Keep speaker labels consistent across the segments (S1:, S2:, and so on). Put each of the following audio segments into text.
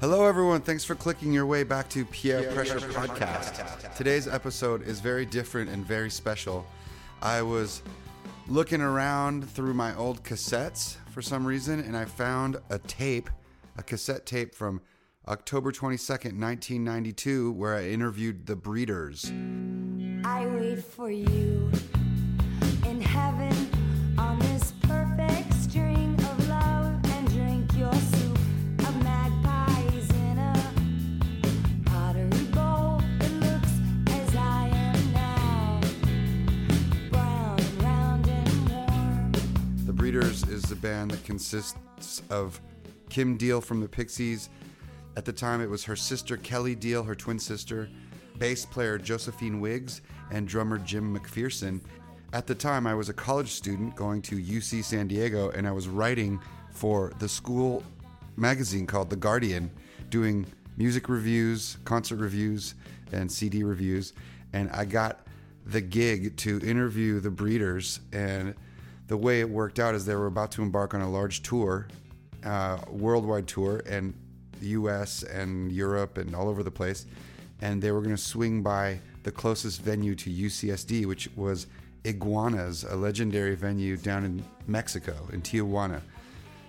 S1: Hello, everyone. Thanks for clicking your way back to Pierre Pressure Podcast. Today's episode is very different and very special. I was looking around through my old cassettes for some reason, and I found a tape, a cassette tape from October 22nd, 1992, where I interviewed the Breeders.
S2: I wait for you in heaven on this perfect string of love and drink your soup of magpies in a pottery bowl. It looks as I am now, brown, round, and warm.
S1: The Breeders is the band that consists of Kim Deal from the Pixies. At the time, it was her sister Kelly Deal, her twin sister, bass player Josephine Wiggs, and drummer Jim McPherson. At the time, I was a college student going to UC San Diego, and I was writing for the school magazine called The Guardian, doing music reviews, concert reviews, and CD reviews. And I got the gig to interview the breeders. And the way it worked out is they were about to embark on a large tour, uh, worldwide tour, and the US and Europe and all over the place. And they were going to swing by the closest venue to UCSD, which was Iguanas, a legendary venue down in Mexico, in Tijuana.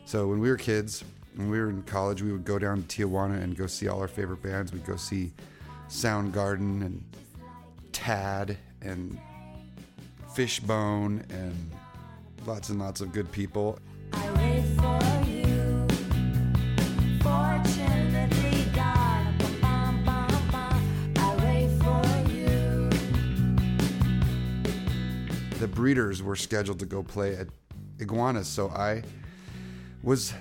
S1: So when we were kids, when we were in college, we would go down to Tijuana and go see all our favorite bands. We'd go see Soundgarden and Tad and Fishbone and lots and lots of good people.
S2: I wait for you. Fortunately, God, bum, bum, bum. I wait for you.
S1: The Breeders were scheduled to go play at Iguanas, so I was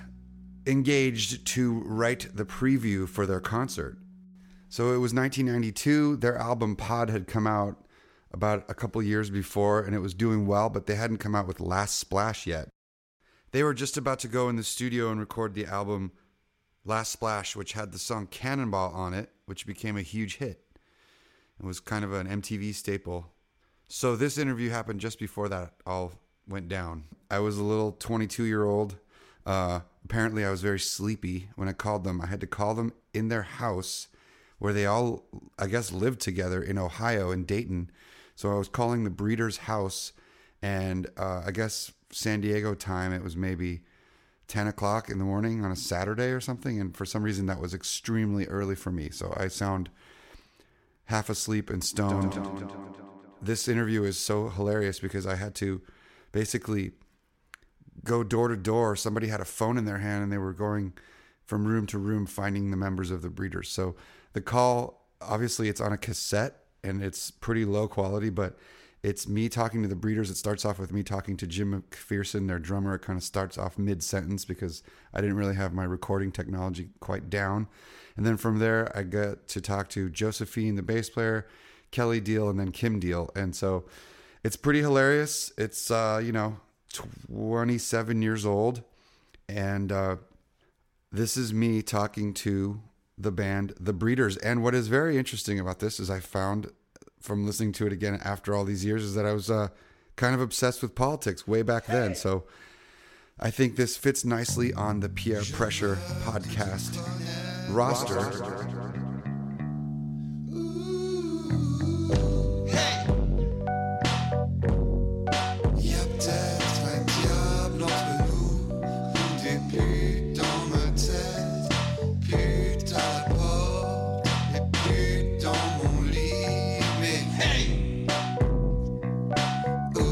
S1: engaged to write the preview for their concert. So it was 1992. Their album Pod had come out about a couple years before and it was doing well, but they hadn't come out with Last Splash yet. They were just about to go in the studio and record the album Last Splash, which had the song Cannonball on it, which became a huge hit. It was kind of an MTV staple. So this interview happened just before that all went down. I was a little 22 year old. Uh, apparently, I was very sleepy when I called them. I had to call them in their house where they all, I guess, lived together in Ohio in Dayton. So I was calling the breeder's house, and uh, I guess San Diego time, it was maybe 10 o'clock in the morning on a Saturday or something. And for some reason, that was extremely early for me. So I sound half asleep and stoned. This interview is so hilarious because I had to basically go door to door. Somebody had a phone in their hand and they were going from room to room finding the members of the breeders. So the call, obviously, it's on a cassette and it's pretty low quality, but it's me talking to the breeders. It starts off with me talking to Jim McPherson, their drummer. It kind of starts off mid sentence because I didn't really have my recording technology quite down. And then from there, I got to talk to Josephine, the bass player, Kelly Deal, and then Kim Deal. And so it's pretty hilarious. It's, uh, you know, 27 years old. And uh, this is me talking to the band The Breeders. And what is very interesting about this is I found from listening to it again after all these years is that I was uh, kind of obsessed with politics way back then. So I think this fits nicely on the Pierre Pressure podcast roster.
S3: Il y a peut-être un diable entre nous, des putes dans ma tête, putes à la porte, et putes dans mon lit, mais hey! Où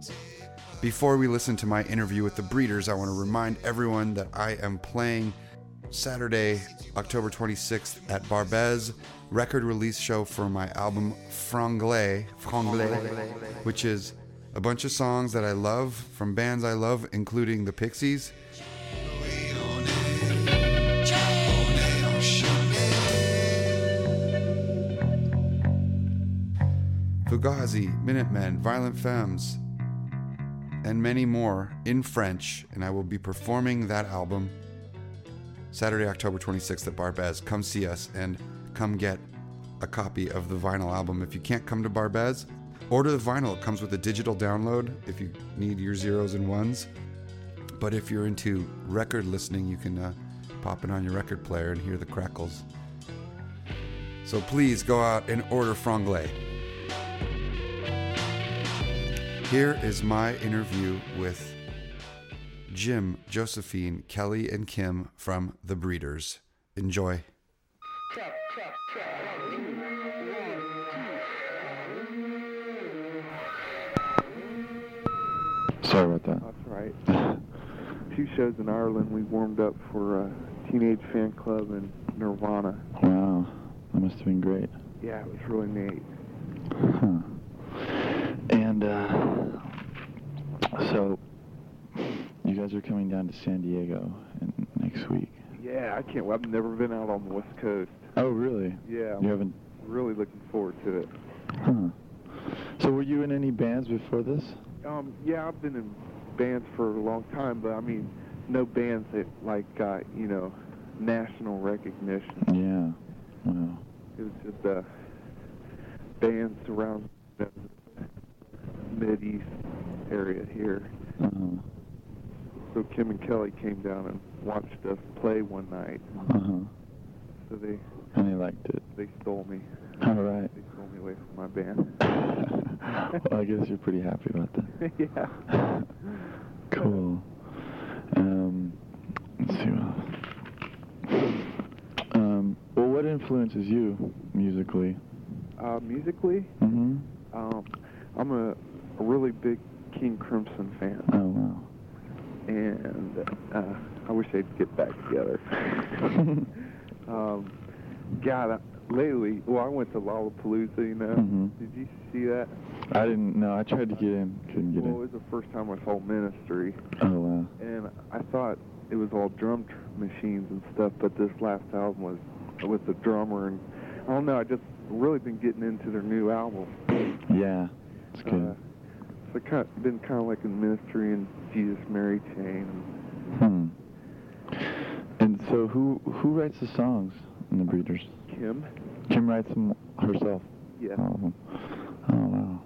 S3: t'es
S1: Before we listen to my interview with the Breeders, I want to remind everyone that I am playing Saturday, October 26th at Barbez record release show for my album Franglais, Franglais, which is a bunch of songs that I love from bands I love, including the Pixies,
S3: Oui, on est, on est enchaînés.
S1: Fugazi, Minutemen, Violent Femmes, and many more in French, and I will be performing that album Saturday, October 26th at Barbez. Come see us and come get a copy of the vinyl album. If you can't come to Barbez, order the vinyl. It comes with a digital download if you need your zeros and ones. But if you're into record listening, you can uh, pop it on your record player and hear the crackles. So please go out and order franglais. Here is my interview with Jim, Josephine, Kelly, and Kim from The Breeders. Enjoy.
S4: Sorry about that.
S5: That's right. Two shows in Ireland. We warmed up for uh, Teenage Fan Club and Nirvana.
S4: Wow, that must have been great.
S5: Yeah, it was really neat.
S4: Huh. And uh, so, you guys are coming down to San Diego in, next week.
S5: Yeah, I can't. I've never been out on the West Coast.
S4: Oh, really?
S5: Yeah,
S4: You
S5: I'm
S4: haven't?
S5: really looking forward to it.
S4: Huh. So, were you in any bands before this?
S5: Um, yeah, I've been in bands for a long time, but I mean, no bands that like got you know national recognition.
S4: Yeah. Wow.
S5: It was just uh, bands around the mid east area here.
S4: Uh-huh.
S5: So Kim and Kelly came down and watched us play one night.
S4: Uh-huh.
S5: So they
S4: And they liked it.
S5: they stole me.
S4: All right.
S5: They stole me away from my band.
S4: well, I guess you're pretty happy about that.
S5: yeah.
S4: Cool. Um, let's see what else. Um, well, what influences you musically?
S5: Uh, musically,
S4: Mm-hmm.
S5: um, I'm a, a really big King Crimson fan,
S4: Oh, wow.
S5: and uh, I wish they'd get back together. um, God, I, lately, well, I went to Lollapalooza. You know,
S4: Mhm.
S5: did you see that?
S4: I didn't know. I tried to get in. Couldn't get
S5: well,
S4: in.
S5: it was the first time with whole ministry.
S4: Oh, wow.
S5: and I thought it was all drum tr- machines and stuff, but this last album was with the drummer, and I don't know. I just really been getting into their new album.
S4: Yeah. It's
S5: Uh,
S4: good.
S5: so kind of, been kind of like in ministry and Jesus Mary Chain.
S4: hmm. And so who who writes the songs in The Breeders?
S5: Kim,
S4: Kim writes them herself.
S5: yeah,
S4: All of them. Oh, wow.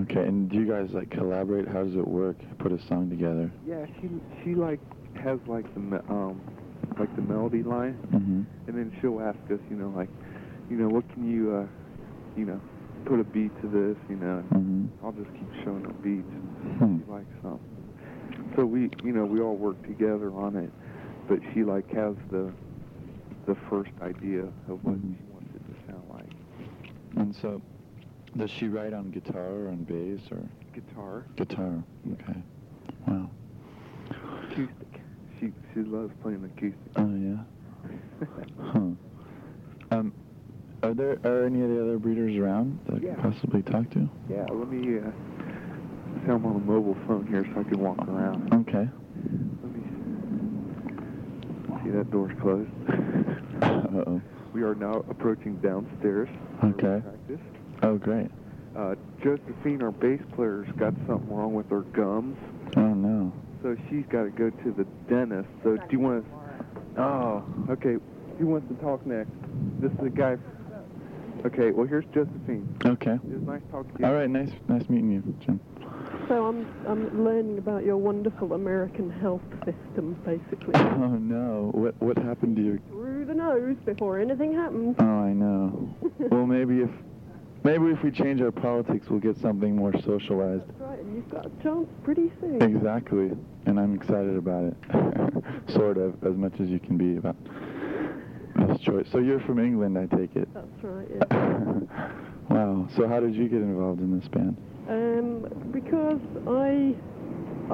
S4: Okay, and do you guys like collaborate? How does it work? Put a song together?
S5: yeah. She she like has like the me- um like the melody line,
S4: Mm-hmm.
S5: and then she'll ask us, you know, like, you know, what can you, uh, you know, put a beat to this, you know. And
S4: Mm-hmm.
S5: I'll just keep showing her beats.
S4: Hmm.
S5: She likes some. So we, you know, we all work together on it, but she like has the the first idea of what
S4: Mhm.
S5: she wants it to sound like.
S4: And so, does she write on guitar or on bass or
S5: Guitar,
S4: guitar? Okay. Wow.
S5: acoustic. She she loves playing acoustic.
S4: Oh yeah. Huh. Um, are there are any of the other breeders around that I
S5: Yeah.
S4: could possibly talk to?
S5: yeah, let me. Uh, see, I'm on a mobile phone here, so I can walk around.
S4: Okay.
S5: Let me see. see that door's closed.
S4: Uh oh.
S5: we are now approaching downstairs. for
S4: Okay.
S5: Practice.
S4: Oh great.
S5: Uh, Josephine, our bass player's got something wrong with her gums.
S4: Oh no.
S5: So she's got to go to the dentist. So do you want to? Oh, okay. Who wants to talk next? This is a guy. Okay. Well, here's Josephine.
S4: Okay.
S5: It was nice talking to you.
S4: All right. Nice nice meeting you, Jim.
S6: So I'm, I'm learning about your wonderful American health system, basically.
S4: Oh no. What what happened to you?
S6: Through the nose before anything happens.
S4: Oh I know. well maybe if maybe if we change our politics we'll get something more socialized.
S6: That's right, and you've got a chance pretty soon.
S4: Exactly, and I'm excited about it, sort of, as much as you can be about this choice. So you're from England, I take it.
S6: That's right, yeah.
S4: wow. So how did you get involved in this band?
S6: Um, because I,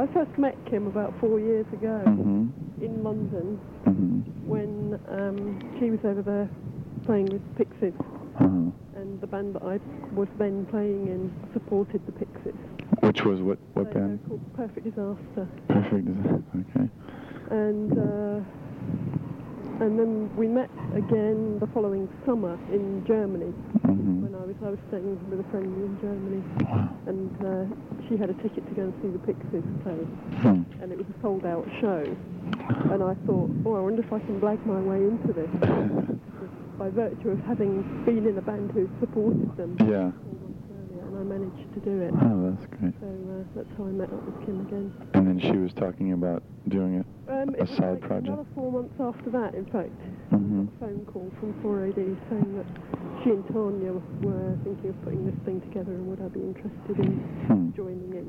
S6: I first met Kim about four years ago
S4: hmm
S6: in London
S4: hmm
S6: when um, she was over there playing with Pixies,
S4: Uh-huh.
S6: and the band that I was then playing in supported the Pixies.
S4: Which was what? What
S6: They were
S4: band?
S6: called Perfect Disaster.
S4: Perfect. Design. Okay.
S6: and uh, and then we met again the following summer in Germany
S4: hmm
S6: when I was I was staying with a friend in Germany,
S4: Wow.
S6: and uh, she had a ticket to go and see the Pixies play,
S4: Hmm.
S6: and it was a sold out show, and I thought, oh, I wonder if I can blag my way into this by virtue of having been in a band who supported them
S4: Yeah. Mm.
S6: four months earlier, and I managed to do it.
S4: Oh, that's great.
S6: So uh, that's how I met up with Kim again.
S4: And then she was talking about doing it.
S6: Um, it
S4: A
S6: was
S4: side
S6: like
S4: project.
S6: Another four months after that, in fact,
S4: hmm
S6: phone call from 4AD saying that she and Tanya were thinking of putting this thing together and would I be interested in
S4: Hmm.
S6: joining in.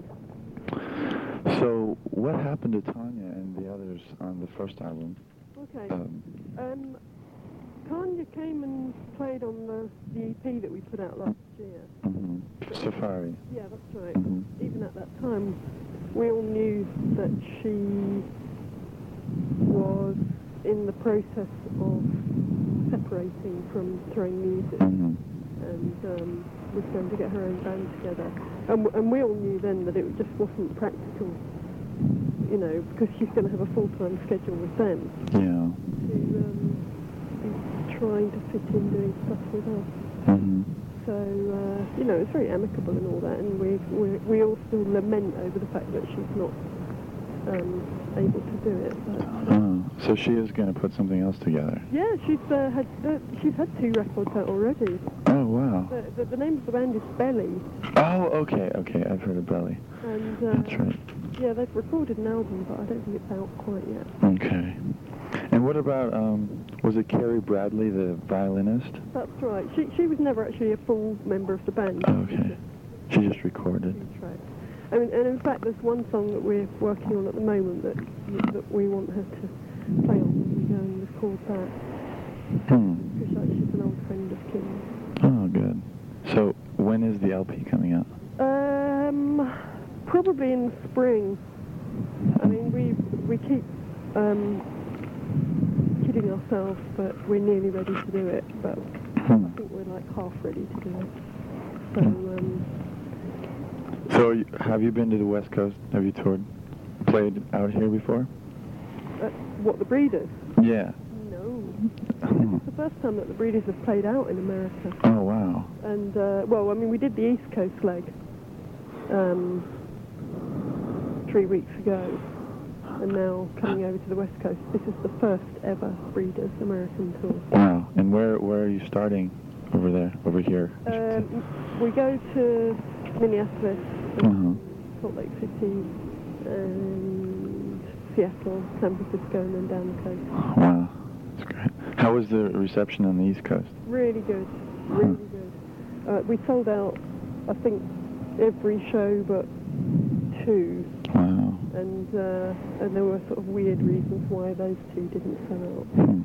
S4: So what happened to Tanya and the others on the first album?
S6: Okay.
S4: Um,
S6: Um, Tanya came and played on the, the EP that we put out last year.
S4: mhm. Safari.
S6: Yeah, that's right.
S4: Mhm.
S6: Even at that time, we all knew that she was in the process of separating from throwing music
S4: hmm
S6: and um, was going to get her own band together. And, w- and we all knew then that it just wasn't practical, you know, because she's going to have a full-time schedule with them
S4: Yeah.
S6: to um, be trying to fit in doing stuff with us.
S4: hmm
S6: So, uh, you know, it's very amicable and all that, and we, we, we all still lament over the fact that she's not um, able to do it. But,
S4: Oh, so she is going to put something else together.
S6: yeah, she's uh, had uh, she's had two records out already.
S4: Oh, wow.
S6: The, the, the name of the band is Belly,
S4: Oh, okay, okay. I've heard of Belly.
S6: and
S4: That's
S6: uh,
S4: right.
S6: yeah, they've recorded an album, but I don't think it's out quite yet.
S4: Okay. And what about, um, was it Carrie Bradley, the violinist?
S6: That's right. She she was never actually a full member of the band.
S4: Oh, Okay. She just recorded.
S6: Track. I mean, and in fact, there's one song that we're working on at the moment that that we want her to play on when we go and record that
S4: Hmm.
S6: because like, she's an old friend of Kim's.
S4: Oh, good. So when is the LP coming out?
S6: Um, probably in the spring. I mean, we we keep um, kidding ourselves, but we're nearly ready to do it. But
S4: Hmm.
S6: I think we're like half ready to do it. So um,
S4: So you- have you been to the West Coast? Have you toured, played out here before?
S6: uh, what the breeders?
S4: Yeah.
S6: No,
S4: Hmm.
S6: it's the first time that the breeders have played out in America.
S4: Oh, wow.
S6: And uh, well, I mean, we did the East Coast leg um, three weeks ago, and now coming over to the West Coast. This is the first ever Breeders American tour.
S4: Wow. And where where are you starting over there, over here?
S6: Um, we go to Minneapolis,
S4: Mhm.
S6: Salt Lake City, and Seattle, San Francisco, and then down the coast.
S4: Wow. That's great. How was the reception on the East Coast?
S6: Really good, really good. Uh, we sold out, I think, every show but two.
S4: Wow.
S6: and uh, and there were sort of weird reasons why those two didn't sell out.
S4: Hmm.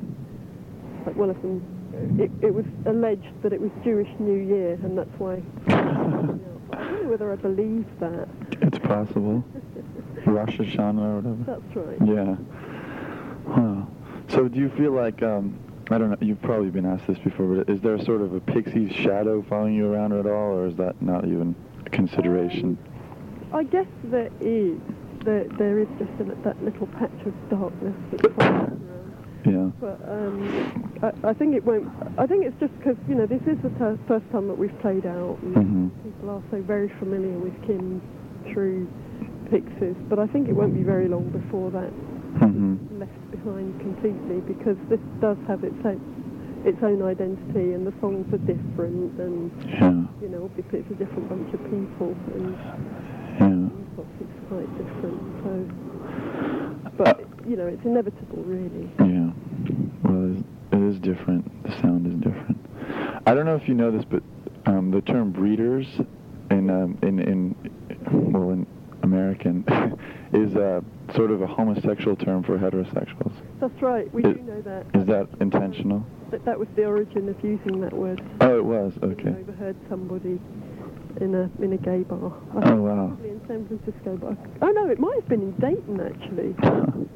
S6: Like one of them, it, it was alleged that it was Jewish New Year, and that's why. But I don't know whether I believe that.
S4: It's possible. Rosh Hashanah or whatever.
S6: That's right.
S4: Yeah. Wow. So do you feel like um, I don't know? You've probably been asked this before, but is there sort of a pixie's shadow following you around at all, or is that not even a consideration?
S6: I guess there is there there is just a, li- that little patch of darkness that follows us around.
S4: Yeah.
S6: But um, I, I think it won't. I think it's just because you know this is the ter- first time that we've played out, and
S4: Mhm.
S6: people are so very familiar with Kim through Pixies. But I think it won't be very long before that
S4: hmm
S6: left behind completely because this does have its own, its own identity, and the songs are different, and
S4: Yeah.
S6: you know obviously it's a different bunch of people, and
S4: Yeah.
S6: it's quite different. So,
S4: Uh,
S6: but you know it's inevitable, really.
S4: Yeah. Well, it is, it is different. The sound is different. I don't know if you know this, but um, the term breeders in um, in in well in American is uh, sort of a homosexual term for heterosexuals.
S6: That's right. We
S4: Is-
S6: do know that.
S4: Is that intentional?
S6: That, that was the origin of using that word.
S4: Oh, it was.
S6: I
S4: Okay.
S6: overheard somebody in a in a gay bar. I think
S4: Oh wow.
S6: Probably in San Francisco, but I, oh no, it might have been in Dayton actually.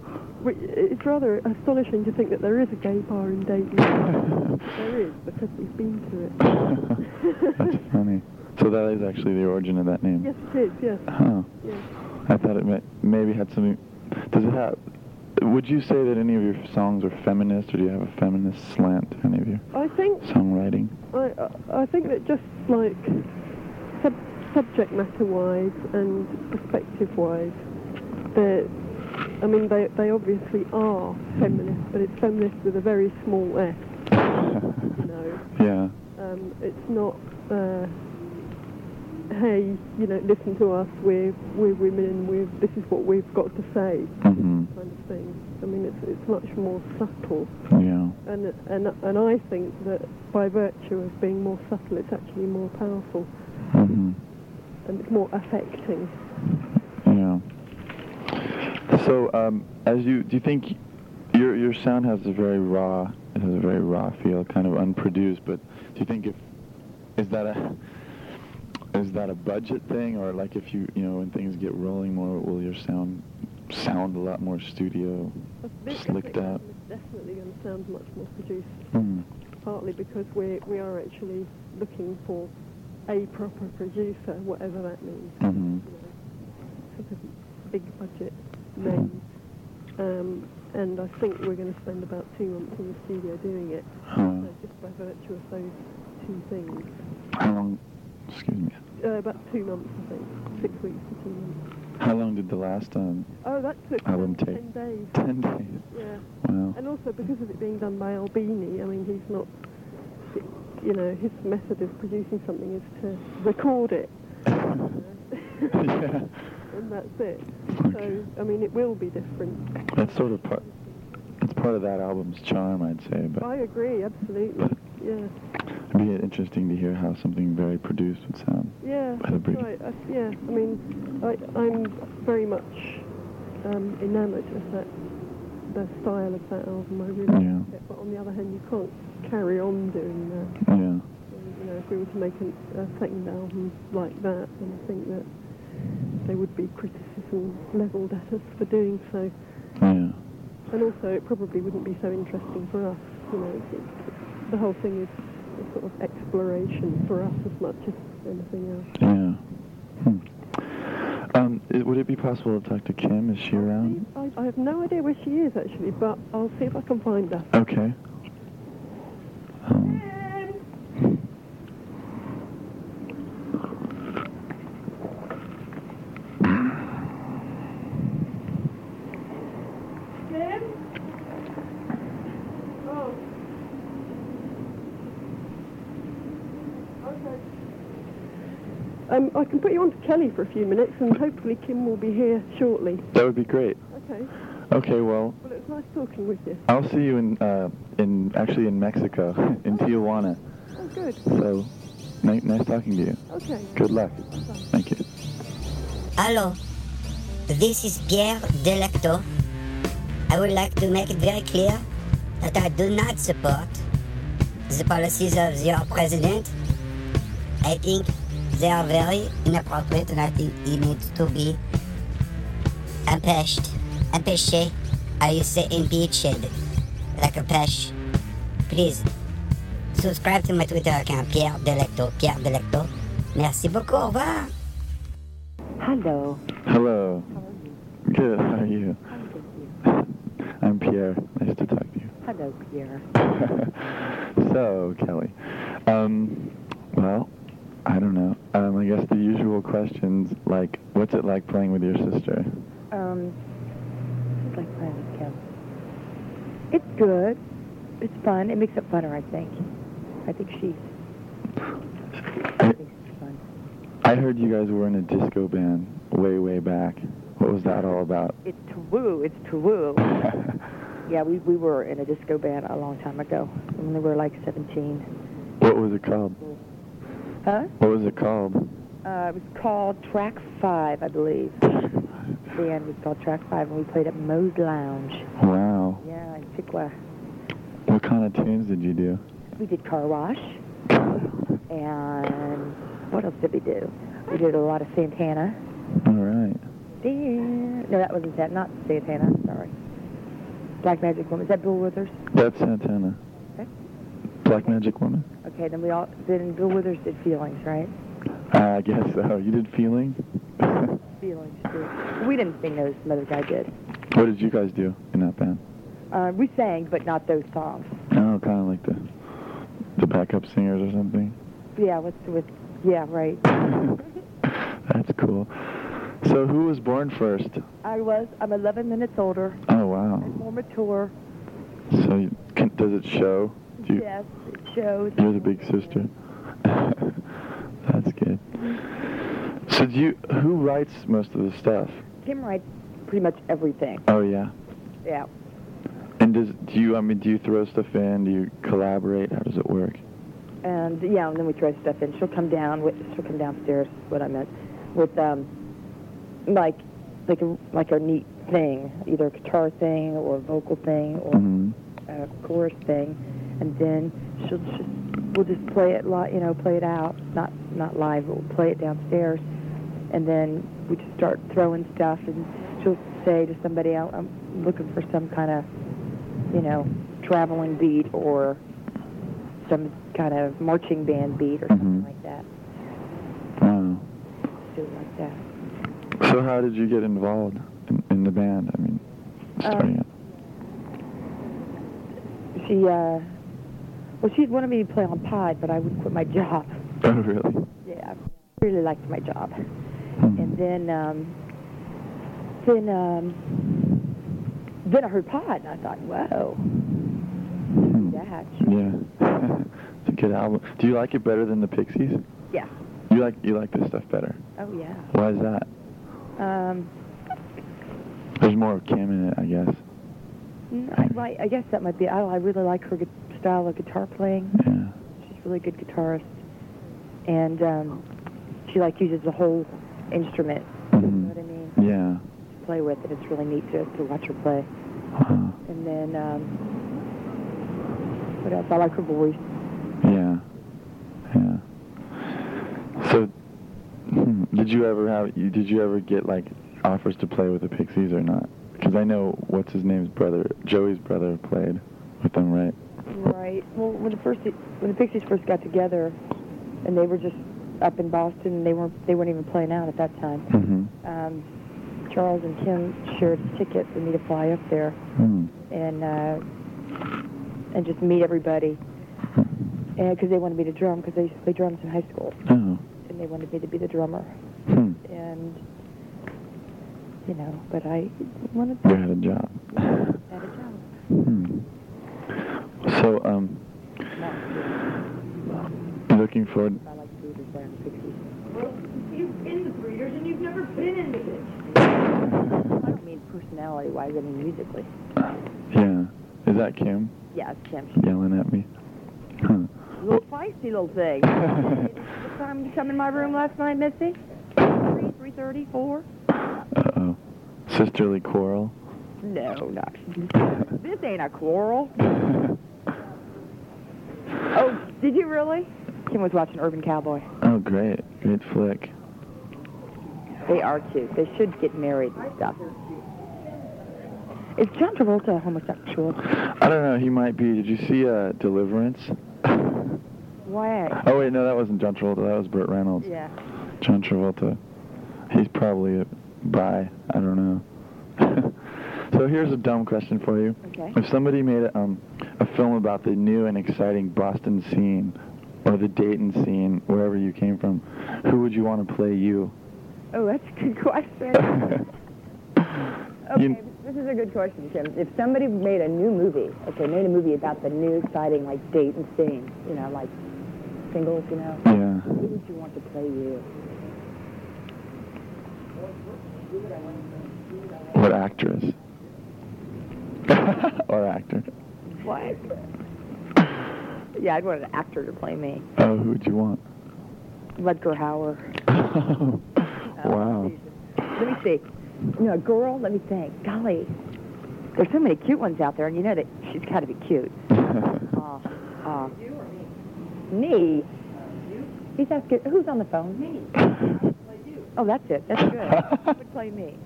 S6: Which, it's rather astonishing to think that there is a gay bar in Dayton. there is because we've been to it.
S4: That's funny. So that is actually the origin of that name.
S6: Yes, it is. Yes.
S4: Huh.
S6: yes.
S4: I thought it may, maybe had something. Does it have? Would you say that any of your songs are feminist, or do you have a feminist slant to any of your
S6: I think
S4: songwriting?
S6: I, I I think that just like sub, subject matter wise and perspective wise, they're, I mean, they, they obviously are feminist, but it's feminist with a very small s, you know.
S4: yeah.
S6: Um, it's not uh, hey, you know, listen to us. We're we're women. We're this is what we've got to say,
S4: hmm
S6: kind of thing. I mean, it's it's much more subtle,
S4: Yeah.
S6: and and and I think that by virtue of being more subtle, it's actually more powerful
S4: hmm
S6: and it's more affecting.
S4: Yeah. So, um, as you do, you think your your sound has a very raw, it has a very raw feel, kind of unproduced. But do you think if is that a is that a budget thing, or like if you you know when things get rolling more, will your sound sound a lot more studio?
S6: I think- I
S4: Slicked
S6: think
S4: out.
S6: It's definitely going to sound much more produced.
S4: Mm.
S6: partly because we we are actually looking for a proper producer, whatever that means.
S4: Mhm.
S6: You know, sort of big budget name. Um, and I think we're going to spend about two months in the studio doing it.
S4: Huh.
S6: So just by virtue of those two things,
S4: How long? Excuse me.
S6: uh, about two months, I think, six weeks to two months.
S4: How long did the last um,
S6: Oh, that took
S4: Album
S6: um,
S4: tape.
S6: ten days.
S4: ten days?
S6: Yeah.
S4: Wow.
S6: And also because of it being done by Albini, I mean, he's not, you know, his method of producing something is to record it. you know.
S4: yeah.
S6: and that's it.
S4: Okay.
S6: So, I mean, it will be different.
S4: That's sort of part. That's part of that album's charm, I'd say. But
S6: I agree, absolutely. Yeah.
S4: It'd be interesting to hear how something very produced would sound.
S6: Yeah,
S4: By the
S6: that's
S4: bridge.
S6: right. I, yeah, I mean, I, I'm very much um, enamoured of that, the style of that album. I really
S4: Yeah.
S6: like it. But on the other hand, you can't carry on doing that.
S4: Yeah.
S6: you know, if we were to make an, a second album like that, then I think that there would be criticism levelled at us for doing so.
S4: Yeah. Oh,
S6: And also, it probably wouldn't be so interesting for us. You know, it's, it's, the whole thing is a sort of exploration for us as much as anything else.
S4: Yeah. Hmm. Um, i would it be possible to talk to Kim? Is she around?
S6: Oh, I, I have no idea where she is actually, but I'll see if I can find her.
S4: Okay. Um,
S6: Oh. Um, I can put you on to Kelly for a few minutes, and hopefully Kim will be here shortly.
S4: that would be great.
S6: Okay.
S4: Okay. Well,
S6: Well, it was nice talking with you.
S4: I'll see you in uh, in actually in Mexico, in Tijuana.
S6: Oh, good.
S4: So, ni- nice talking to you.
S6: Okay.
S4: Good luck. Thank you.
S7: Hello, this is Pierre Delecto. I would like to make it very clear that I do not support the policies of your president. I think they are very inappropriate and I think he needs to be impeached. Impeached. I used to say impeached, like a pesh. Please, subscribe to my Twitter account, Pierre Delecto. Pierre Delecto. Merci beaucoup. Au revoir.
S8: Hello.
S4: Hello. Good. How are you?
S8: Thank you.
S4: I'm Pierre. Nice to talk to you.
S8: Hello, Pierre.
S4: so, Kelly, um, well, I don't know. Um, I guess the usual questions, like, what's it like playing with your sister?
S8: Um, it's like playing with Kim. It's good. It's fun. It makes it funner, I think. I think she thinks it's fun.
S4: I heard you guys were in a disco band way, way back. What was that all about?
S8: It's woo. It's woo. Yeah, we, we were in a disco band a long time ago when we were like 17.
S4: what was it called?
S8: Huh?
S4: What was it called?
S8: Uh, it was called Track 5, I believe. The band was called Track 5, and we played at Moe's Lounge.
S4: Wow.
S8: Yeah, in Piqua.
S4: What kind of tunes did you do?
S8: We did Car Wash, and what else did we do? We did a lot of Santana.
S4: all right.
S8: Dan- No, that wasn't that. Not Santana. Sorry. Black Magic Woman. Is that Bill Withers?
S4: That's Santana.
S8: Okay.
S4: Black Magic Woman?
S8: Okay. Then we all. Then Bill Withers did Feelings, right?
S4: Ah, I guess so. You did Feeling? what
S8: Feelings. Too. We didn't sing those. Another guy did.
S4: did you guys do in that band?
S8: Uh, we sang, but not those songs.
S4: Oh, kind of like the the backup singers or something.
S8: Yeah. What's with? Yeah. Right.
S4: That's cool. So who was born first?
S8: I was. I'm 11 minutes older.
S4: Oh wow.
S8: More mature.
S4: So you, can, does it show? Do you,
S8: Yes. It shows.
S4: You're the big sister. That's good. So do you? Who writes most of the stuff?
S8: Kim writes pretty much everything.
S4: Oh yeah.
S8: Yeah.
S4: And does do you? I mean, do you throw stuff in? Do you collaborate? How does it work?
S8: and yeah, and then we throw stuff in. She'll come down. With, she'll come downstairs. What I meant with um, like like a, like a neat thing, either a guitar thing or a vocal thing or
S4: Mhm.
S8: a chorus thing, and then she'll just we'll just play it li- you know play it out, not not live, but we'll play it downstairs, and then we just start throwing stuff, and she'll say to somebody, "I'm- I'm looking for some kind of you know traveling beat or some kind of marching band beat or something
S4: Mhm.
S8: like that.
S4: Wow.
S8: Do it like that.
S4: So how did you get involved in, in the band? I mean, starting it.
S8: She, uh, well, she wanted me to play on pod, but I wouldn't quit my job.
S4: Oh really?
S8: Yeah, I really liked my job.
S4: Hmm.
S8: And then, um, then, um, then I heard pod, and I thought, whoa,
S4: Hmm.
S8: that.
S4: Yeah. it's a good album. Do you like it better than the Pixies?
S8: Yeah.
S4: You like you like this stuff better.
S8: Oh yeah.
S4: Why is that?
S8: Um,
S4: There's more of Kim in it, I guess.
S8: mm, I, like- I guess that might be. I, I really like her gu- style of guitar playing.
S4: Yeah.
S8: She's a really good guitarist, and um, she like uses the whole instrument. You know
S4: Mhm.
S8: what I mean?
S4: Yeah.
S8: To play with, and it's really neat to, to watch her play.
S4: Wow.
S8: And then um, what else? I like her voice.
S4: Yeah. Yeah. So, hmm, did you ever have? You, did you ever get like offers to play with the Pixies or not? Because I know what's his name's brother, Joey's brother, played with them, right?
S8: Right. Well, when the first when the Pixies first got together, and they were just up in Boston, and they weren't they weren't even playing out at that time.
S4: Mm-hmm.
S8: Um, Charles and Kim shared a ticket for me to fly up there
S4: Mm.
S8: and uh, and just meet everybody. because they wanted me to drum because they used to play drums in high school
S4: Oh.
S8: and they wanted me to be the drummer
S4: Hmm.
S8: and you know but i wanted
S4: You
S8: to
S4: had a job.
S8: have a job
S4: Hmm. So, um,
S8: not
S4: looking forward.
S8: i like food as well Pixies.
S9: You've in the breeders and you've never been in the
S8: i don't mean personality wise i mean musically
S4: Yeah. Is that Kim
S8: yeah it's kim
S4: yelling at me? Huh.
S8: little feisty little thing what time did you come in my room last night missy Three, three thirty, four?
S4: Uh oh. Sisterly quarrel.
S8: No, not. this ain't a quarrel. Oh, did you really? Kim was watching Urban Cowboy.
S4: Oh, great. Great flick.
S8: They are cute. They should get married and stuff. Is John Travolta a homosexual?
S4: I don't know. He might be. Did you see uh, Deliverance?
S8: Why?
S4: Oh wait, no, that wasn't John Travolta. That was Burt Reynolds.
S8: Yeah.
S4: John Travolta. He's probably a bi. I don't know. so here's a dumb question for you.
S8: Okay.
S4: If somebody made a, um, a film about the new and exciting Boston scene or the Dayton scene, wherever you came from, who would you want to play you?
S8: Oh, that's a good question. Okay,
S4: You-
S8: this is a good question, Jim. If somebody made a new movie, okay, made a movie about the new exciting like date and scene, you know, like singles, you know,
S4: yeah.
S8: who would you want to play you?
S4: What actress? or actor?
S8: What? yeah, I'd want an actor to play me.
S4: Oh, who would you want?
S8: Rutger Hauer. Oh,
S4: wow.
S8: Let me see. You know, a girl, let me think. Golly. There's so many cute ones out there, and you know that she's got to be cute. Uh, uh, me? He's asking, who's on the phone? Me. Oh, that's it. That's good. Who would play me?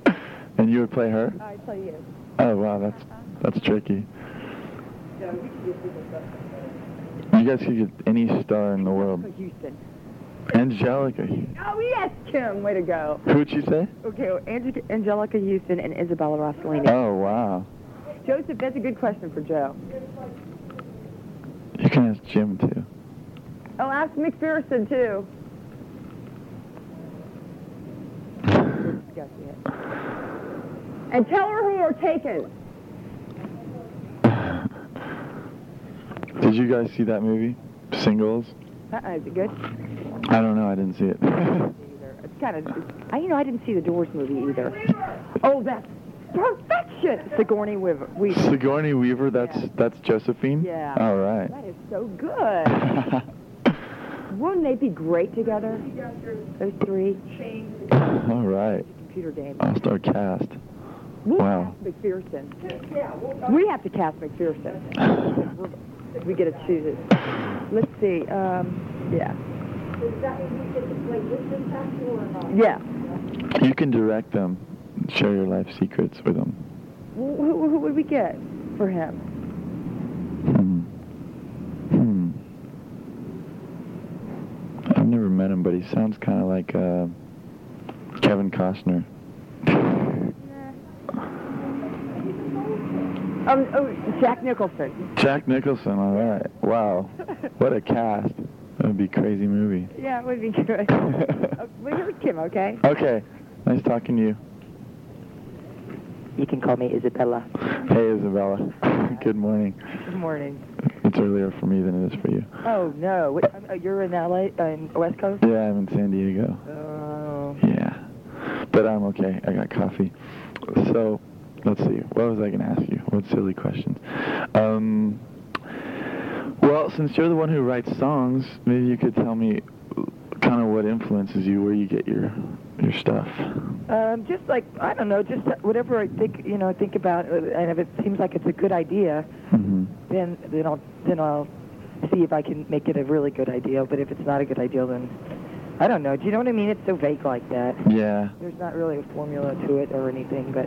S4: and you would play her?
S8: I play you.
S4: Oh wow, that's that's tricky. You guys could get any star in the world.
S8: Houston.
S4: Angelica.
S8: Oh, yes, Kim. Way to go.
S4: Who would you say?
S8: Okay, well, Ange- Angelica Houston and Isabella Rossellini.
S4: Oh wow.
S8: Joseph, that's a good question for Joe.
S4: You can ask Jim too.
S8: Oh, ask McPherson, too. And tell her who are taken.
S4: Did you guys see that movie? Singles?
S8: Uh-uh, is it good?
S4: I don't know, I didn't see it.
S8: It's kind of. I you know I didn't see the Doors movie either. Oh, that's perfection. Sigourney Weaver. Weaver.
S4: Sigourney Weaver, that's that's Josephine?
S8: Yeah.
S4: All right.
S8: That is so good. Wouldn't they be great together? Those three
S4: All right.
S8: computer games.
S4: All star cast.
S8: We'll
S4: Wow.
S8: cast McPherson. We have to cast McPherson. We get to choose it. Let's see. Um, yeah.
S9: Does that mean he gets to play with them back or not?
S8: Yeah.
S4: You can direct them. Share your life secrets with them.
S8: Who, who, who would we get for him?
S4: Hmm. Hmm. I've never met him, but he sounds kind of like uh, Kevin Costner.
S8: Um, oh, Jack Nicholson.
S4: Jack Nicholson. All right. Wow. What a cast. That would be a crazy movie.
S8: Yeah, it would be good. Uh, well, here's Kim, okay?
S4: okay. Nice talking to you.
S8: You can call me Isabella.
S4: Hey, Isabella. Good morning.
S8: Good morning.
S4: It's earlier for me than it is for you.
S8: Oh, no. What, oh, you're in LA, uh, in West Coast?
S4: Yeah, I'm in San Diego.
S8: Oh.
S4: Yeah. But I'm okay. I got coffee. So, let's see. What was I going to ask you? What silly questions? Um, well, since you're the one who writes songs, maybe you could tell me kind of what influences you, where you get your your stuff.
S8: Um, just like I don't know, just whatever I think you know, I think about, uh, and if it seems like it's a good idea,
S4: hmm
S8: then then I'll then I'll see if I can make it a really good idea. But if it's not a good idea, then I don't know. Do you know what I mean? It's so vague like that.
S4: Yeah.
S8: There's not really a formula to it or anything. But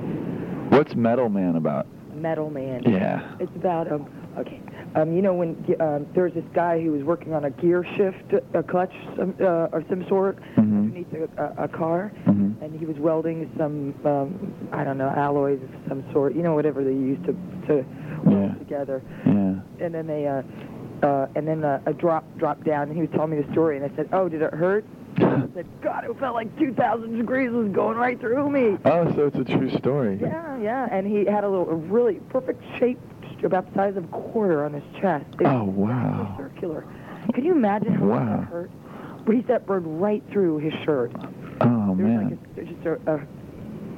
S4: What's Metal Man about?
S8: Metal Man.
S4: Yeah.
S8: It's about um okay um you know when um, there was this guy who was working on a gear shift a clutch some, uh, or some sort
S4: hmm
S8: underneath uh, a, a, a car
S4: hmm
S8: and he was welding some um, I don't know alloys of some sort, you know whatever they used to to weld
S4: Yeah.
S8: together.
S4: Yeah.
S8: And then they uh, uh, and then uh, a drop dropped down, and he was telling me the story, and I said, "Oh, did it hurt?" I said, "God, it felt like 2,000 degrees was going right through me."
S4: Oh, so it's a true story.
S8: Yeah, yeah. And he had a little a really perfect shape, about the size of a quarter on his chest. It
S4: Oh,
S8: was
S4: wow.
S8: circular. Can you imagine how much
S4: Wow.
S8: that hurt? But he that burned right through his shirt.
S4: Oh,
S8: There's
S4: man.
S8: like a, there's just a, a,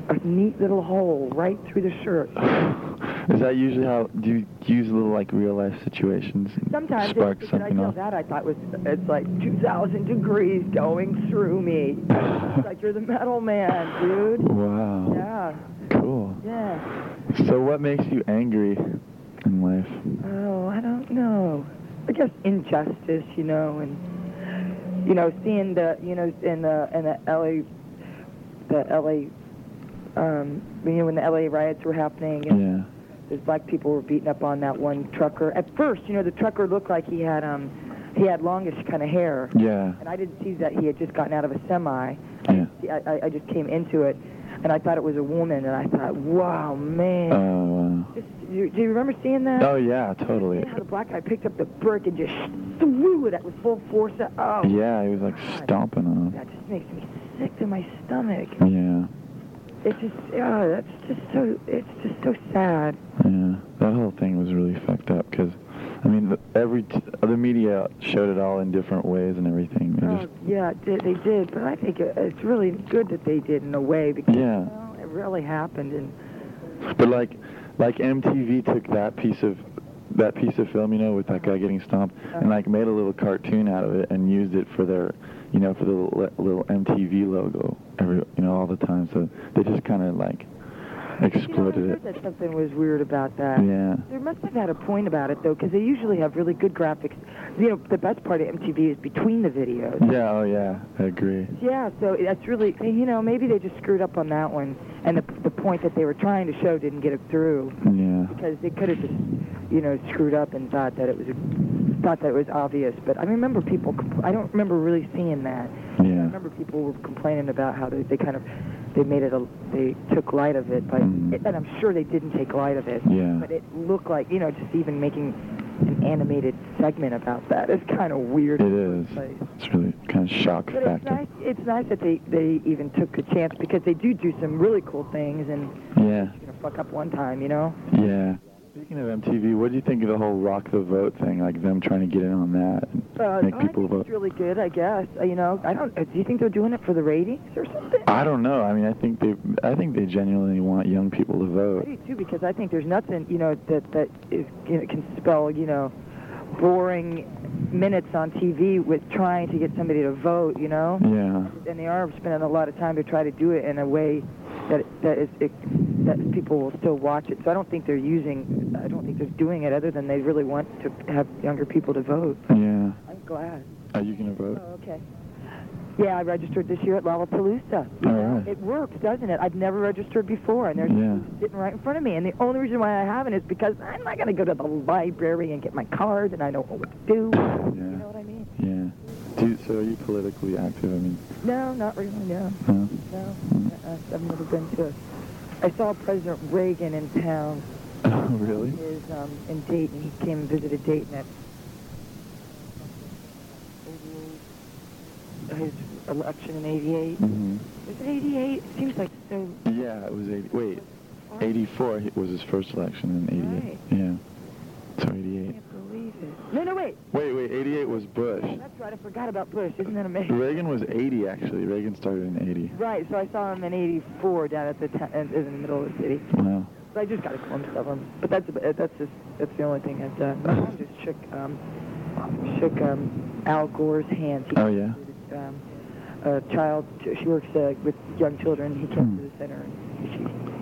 S8: a neat little hole right through the shirt.
S4: Is that usually how do you use little like real life situations? and
S8: Sometimes
S4: spark
S8: it's,
S4: something
S8: I
S4: off.
S8: that I thought was it's like 2,000 degrees going through me. it's like you're the metal man, dude.
S4: Wow,
S8: Yeah,
S4: cool.
S8: yeah.
S4: So what makes you angry in life?
S8: Oh, I don't know. I guess injustice, you know, and you know, seeing the you know in the in the LA, the LA. Um, you know, when the LA riots were happening, and
S4: Yeah.
S8: those black people were beating up on that one trucker. At first, you know, the trucker looked like he had um, he had longish kind of hair,
S4: Yeah.
S8: and I didn't see that he had just gotten out of a semi.
S4: Yeah.
S8: I, I, I just came into it, and I thought it was a woman, and I thought, wow, man.
S4: Oh.
S8: just, you, do you remember seeing that?
S4: wow. oh yeah, totally.
S8: You know how the black guy picked up the brick and just threw it with full force. Oh,
S4: Yeah, he was like stomping on.
S8: that just makes me sick to my stomach.
S4: it. Yeah.
S8: It's just, oh, that's just so, it's just so sad.
S4: Yeah. That whole thing was really fucked up because. I mean, the, every t- the media showed it all in different ways and everything. They
S8: Oh,
S4: just,
S8: yeah, it did- they did, but I think it- it's really good that they did in a way because
S4: Yeah.
S8: well, it really happened. And
S4: But like, like MTV took that piece of that piece of film, you know, with that guy getting stomped, and like made a little cartoon out of it and used it for their, you know, for the li- little MTV logo, every, you know, all the time. So they just kind of like
S8: you know, I
S4: exploded
S8: heard
S4: it.
S8: that something was weird about that.
S4: Yeah.
S8: There must have had a point about it though, because they usually have really good graphics. You know, the best part of MTV is between the videos.
S4: Yeah. Oh yeah. I agree.
S8: Yeah, so that's really, you know, maybe they just screwed up on that one, and the the point that they were trying to show didn't get it through
S4: Yeah.
S8: because they could have just, you know, screwed up and thought that it was thought that it was obvious. But I remember people. Compl- I don't remember really seeing that. I
S4: Yeah.
S8: remember people were complaining about how they, they kind of they made it a they took light of it, but
S4: Mhm.
S8: and I'm sure they didn't take light of it.
S4: Yeah.
S8: But it looked like you know just even making an animated segment about that is kind of weird.
S4: It
S8: in the
S4: is.
S8: first place.
S4: It's really kind of shock
S8: But it's
S4: factor.
S8: nice, it's nice that they, they even took a chance because they do do some really cool things and
S4: Yeah.
S8: you know, fuck up one time, you know?
S4: Yeah. Speaking of MTV, what do you think of the whole Rock the Vote thing? Like them trying to get in on that?
S8: Uh,
S4: Make
S8: well, I
S4: people
S8: think
S4: vote.
S8: it's really good, I guess. Uh, you know, I don't. uh, Do you think they're doing it for the ratings or something?
S4: I don't know. I mean, I think they, I think they genuinely want young people to
S8: I
S4: vote.
S8: do too, because I think there's nothing you know that that is you know, can spell you know boring minutes on TV with trying to get somebody to vote. You know,
S4: Yeah,
S8: and they are spending a lot of time to try to do it in a way that that is it, that people will still watch it. So I don't think they're using. I don't think they're doing it other than they really want to have younger people to vote.
S4: yeah.
S8: I'm glad.
S4: Are you gonna vote?
S8: Oh, okay. Yeah, I registered this year at Lollapalooza.
S4: All right.
S8: It works, doesn't it? I've never registered before, and there's
S4: Yeah.
S8: sitting right in front of me. And the only reason why I haven't is because I'm not going to go to the library and get my card, and I don't know what to do. You
S4: Yeah.
S8: know what I mean?
S4: Yeah. Do you, so are you politically active? I mean,
S8: No, not really. No,
S4: no.
S8: no. Uh-uh. I've never been to. I saw President Reagan in town.
S4: Oh, really?
S8: His um, in Dayton. He came and visited Dayton at his election in '88.
S4: hmm
S8: Was it 88? It seems like so.
S4: Yeah, it was 80. Wait, 84 he- was his first election in 88.
S8: Right.
S4: Yeah. So 88.
S8: can't believe it. No, no, wait.
S4: Wait, wait, 88 was Bush.
S8: That's right. I forgot about Bush. Isn't that amazing?
S4: Reagan was 80 actually. Reagan started in 80.
S8: Right. So I saw him in '84 down at the t- in in the middle of the city.
S4: Wow.
S8: So I just got a glimpse of him. But that's about- that's just that's the only thing I've done. My
S4: Oh.
S8: mom just shook um shook um Al Gore's hand. He
S4: Oh, yeah?
S8: visited, Um, a child. She works uh, with young children. He came
S4: Hmm.
S8: to the center and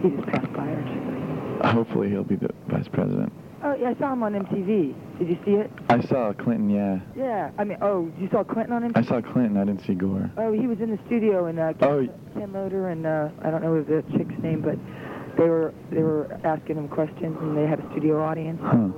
S8: she, he just passed by her. And she's like,
S4: Hopefully he'll be the vice president.
S8: oh yeah, I saw him on MTV. Did you see it?
S4: I saw Clinton, yeah.
S8: Yeah. I mean, oh, you saw Clinton on MTV.
S4: I saw Clinton, I didn't see Gore.
S8: Oh, he was in the studio and uh, Ken,
S4: Oh, y-
S8: Ken Loder and uh, I don't know the chick's name, but they were they were asking him questions and they had a studio audience.
S4: Huh.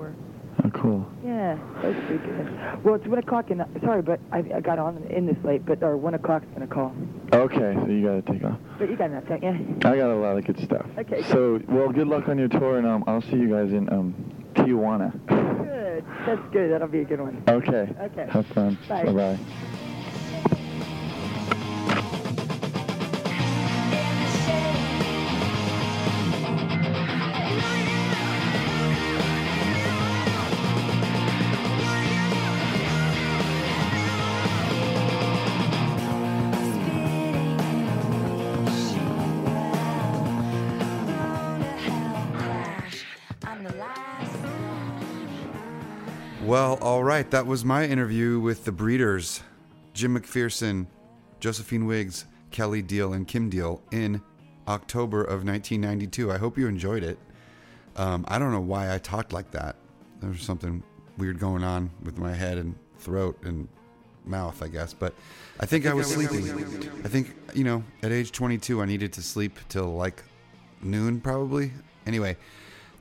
S4: Oh, cool.
S8: Yeah, that's pretty good. Well, it's one o'clock and sorry, but I, I got on in this late, but or one o'clock's gonna call.
S4: Okay, so you gotta take off.
S8: But you got enough, don't you?
S4: I got a lot of good stuff.
S8: Okay.
S4: So, well, good luck on your tour, and um, I'll see you guys in um, Tijuana.
S8: Good. That's good. That'll be a good one.
S4: Okay.
S8: Okay.
S4: Have fun.
S8: Bye.
S4: Bye-bye.
S2: I'm the last
S1: Well, all right. That was my interview with the Breeders, Jim McPherson, Josephine Wiggs, Kelly Deal, and Kim Deal in October of 1992. I hope you enjoyed it. Um, I don't know why I talked like that. There was something weird going on with my head and throat and mouth, I guess. But I think I was sleeping. I think, you know, at age 22, I needed to sleep till like noon, probably. Anyway,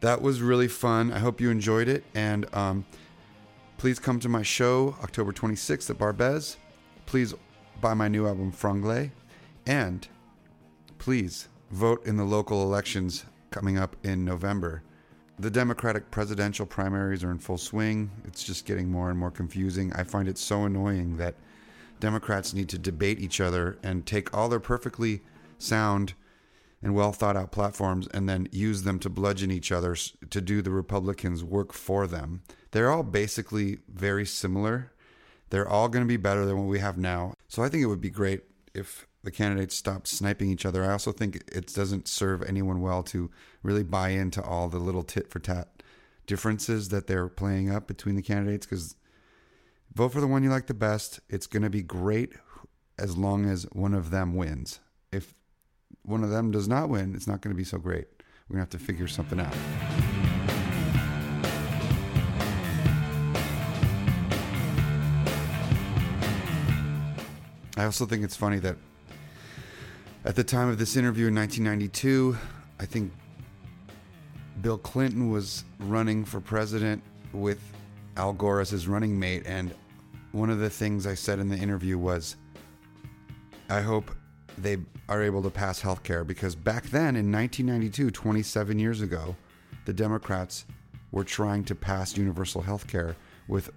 S1: that was really fun. I hope you enjoyed it. And um, Please come to my show October 26th at Barbez. Please buy my new album Franglais. And please vote in the local elections coming up in November. The Democratic presidential primaries are in full swing. It's just getting more and more confusing. I find it so annoying that Democrats need to debate each other and take all their perfectly sound and well thought out platforms and then use them to bludgeon each other s- to do the Republicans' work for them. They're all basically very similar. They're all going to be better than what we have now. So I think it would be great if the candidates stopped sniping each other. I also think it doesn't serve anyone well to really buy into all the little tit for tat differences that they're playing up between the candidates because vote for the one you like the best. It's going to be great as long as one of them wins. If one of them does not win, it's not going to be so great. We're going to have to figure something out. I also think it's funny that at the time of this interview in 1992, I think Bill Clinton was running for president with Al Gore as his running mate. And one of the things I said in the interview was, I hope they are able to pass health care because back then in 1992, 27 years ago, the Democrats were trying to pass universal health care with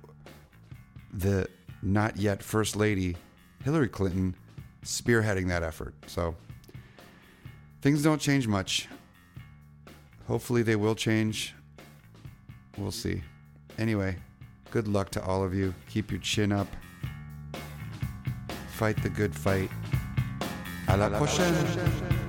S1: the not yet First Lady Hillary Clinton spearheading that effort. So things don't change much. Hopefully they will change. We'll see. Anyway, Good luck to all of you. Keep your chin up. Fight the good fight. À la prochaine.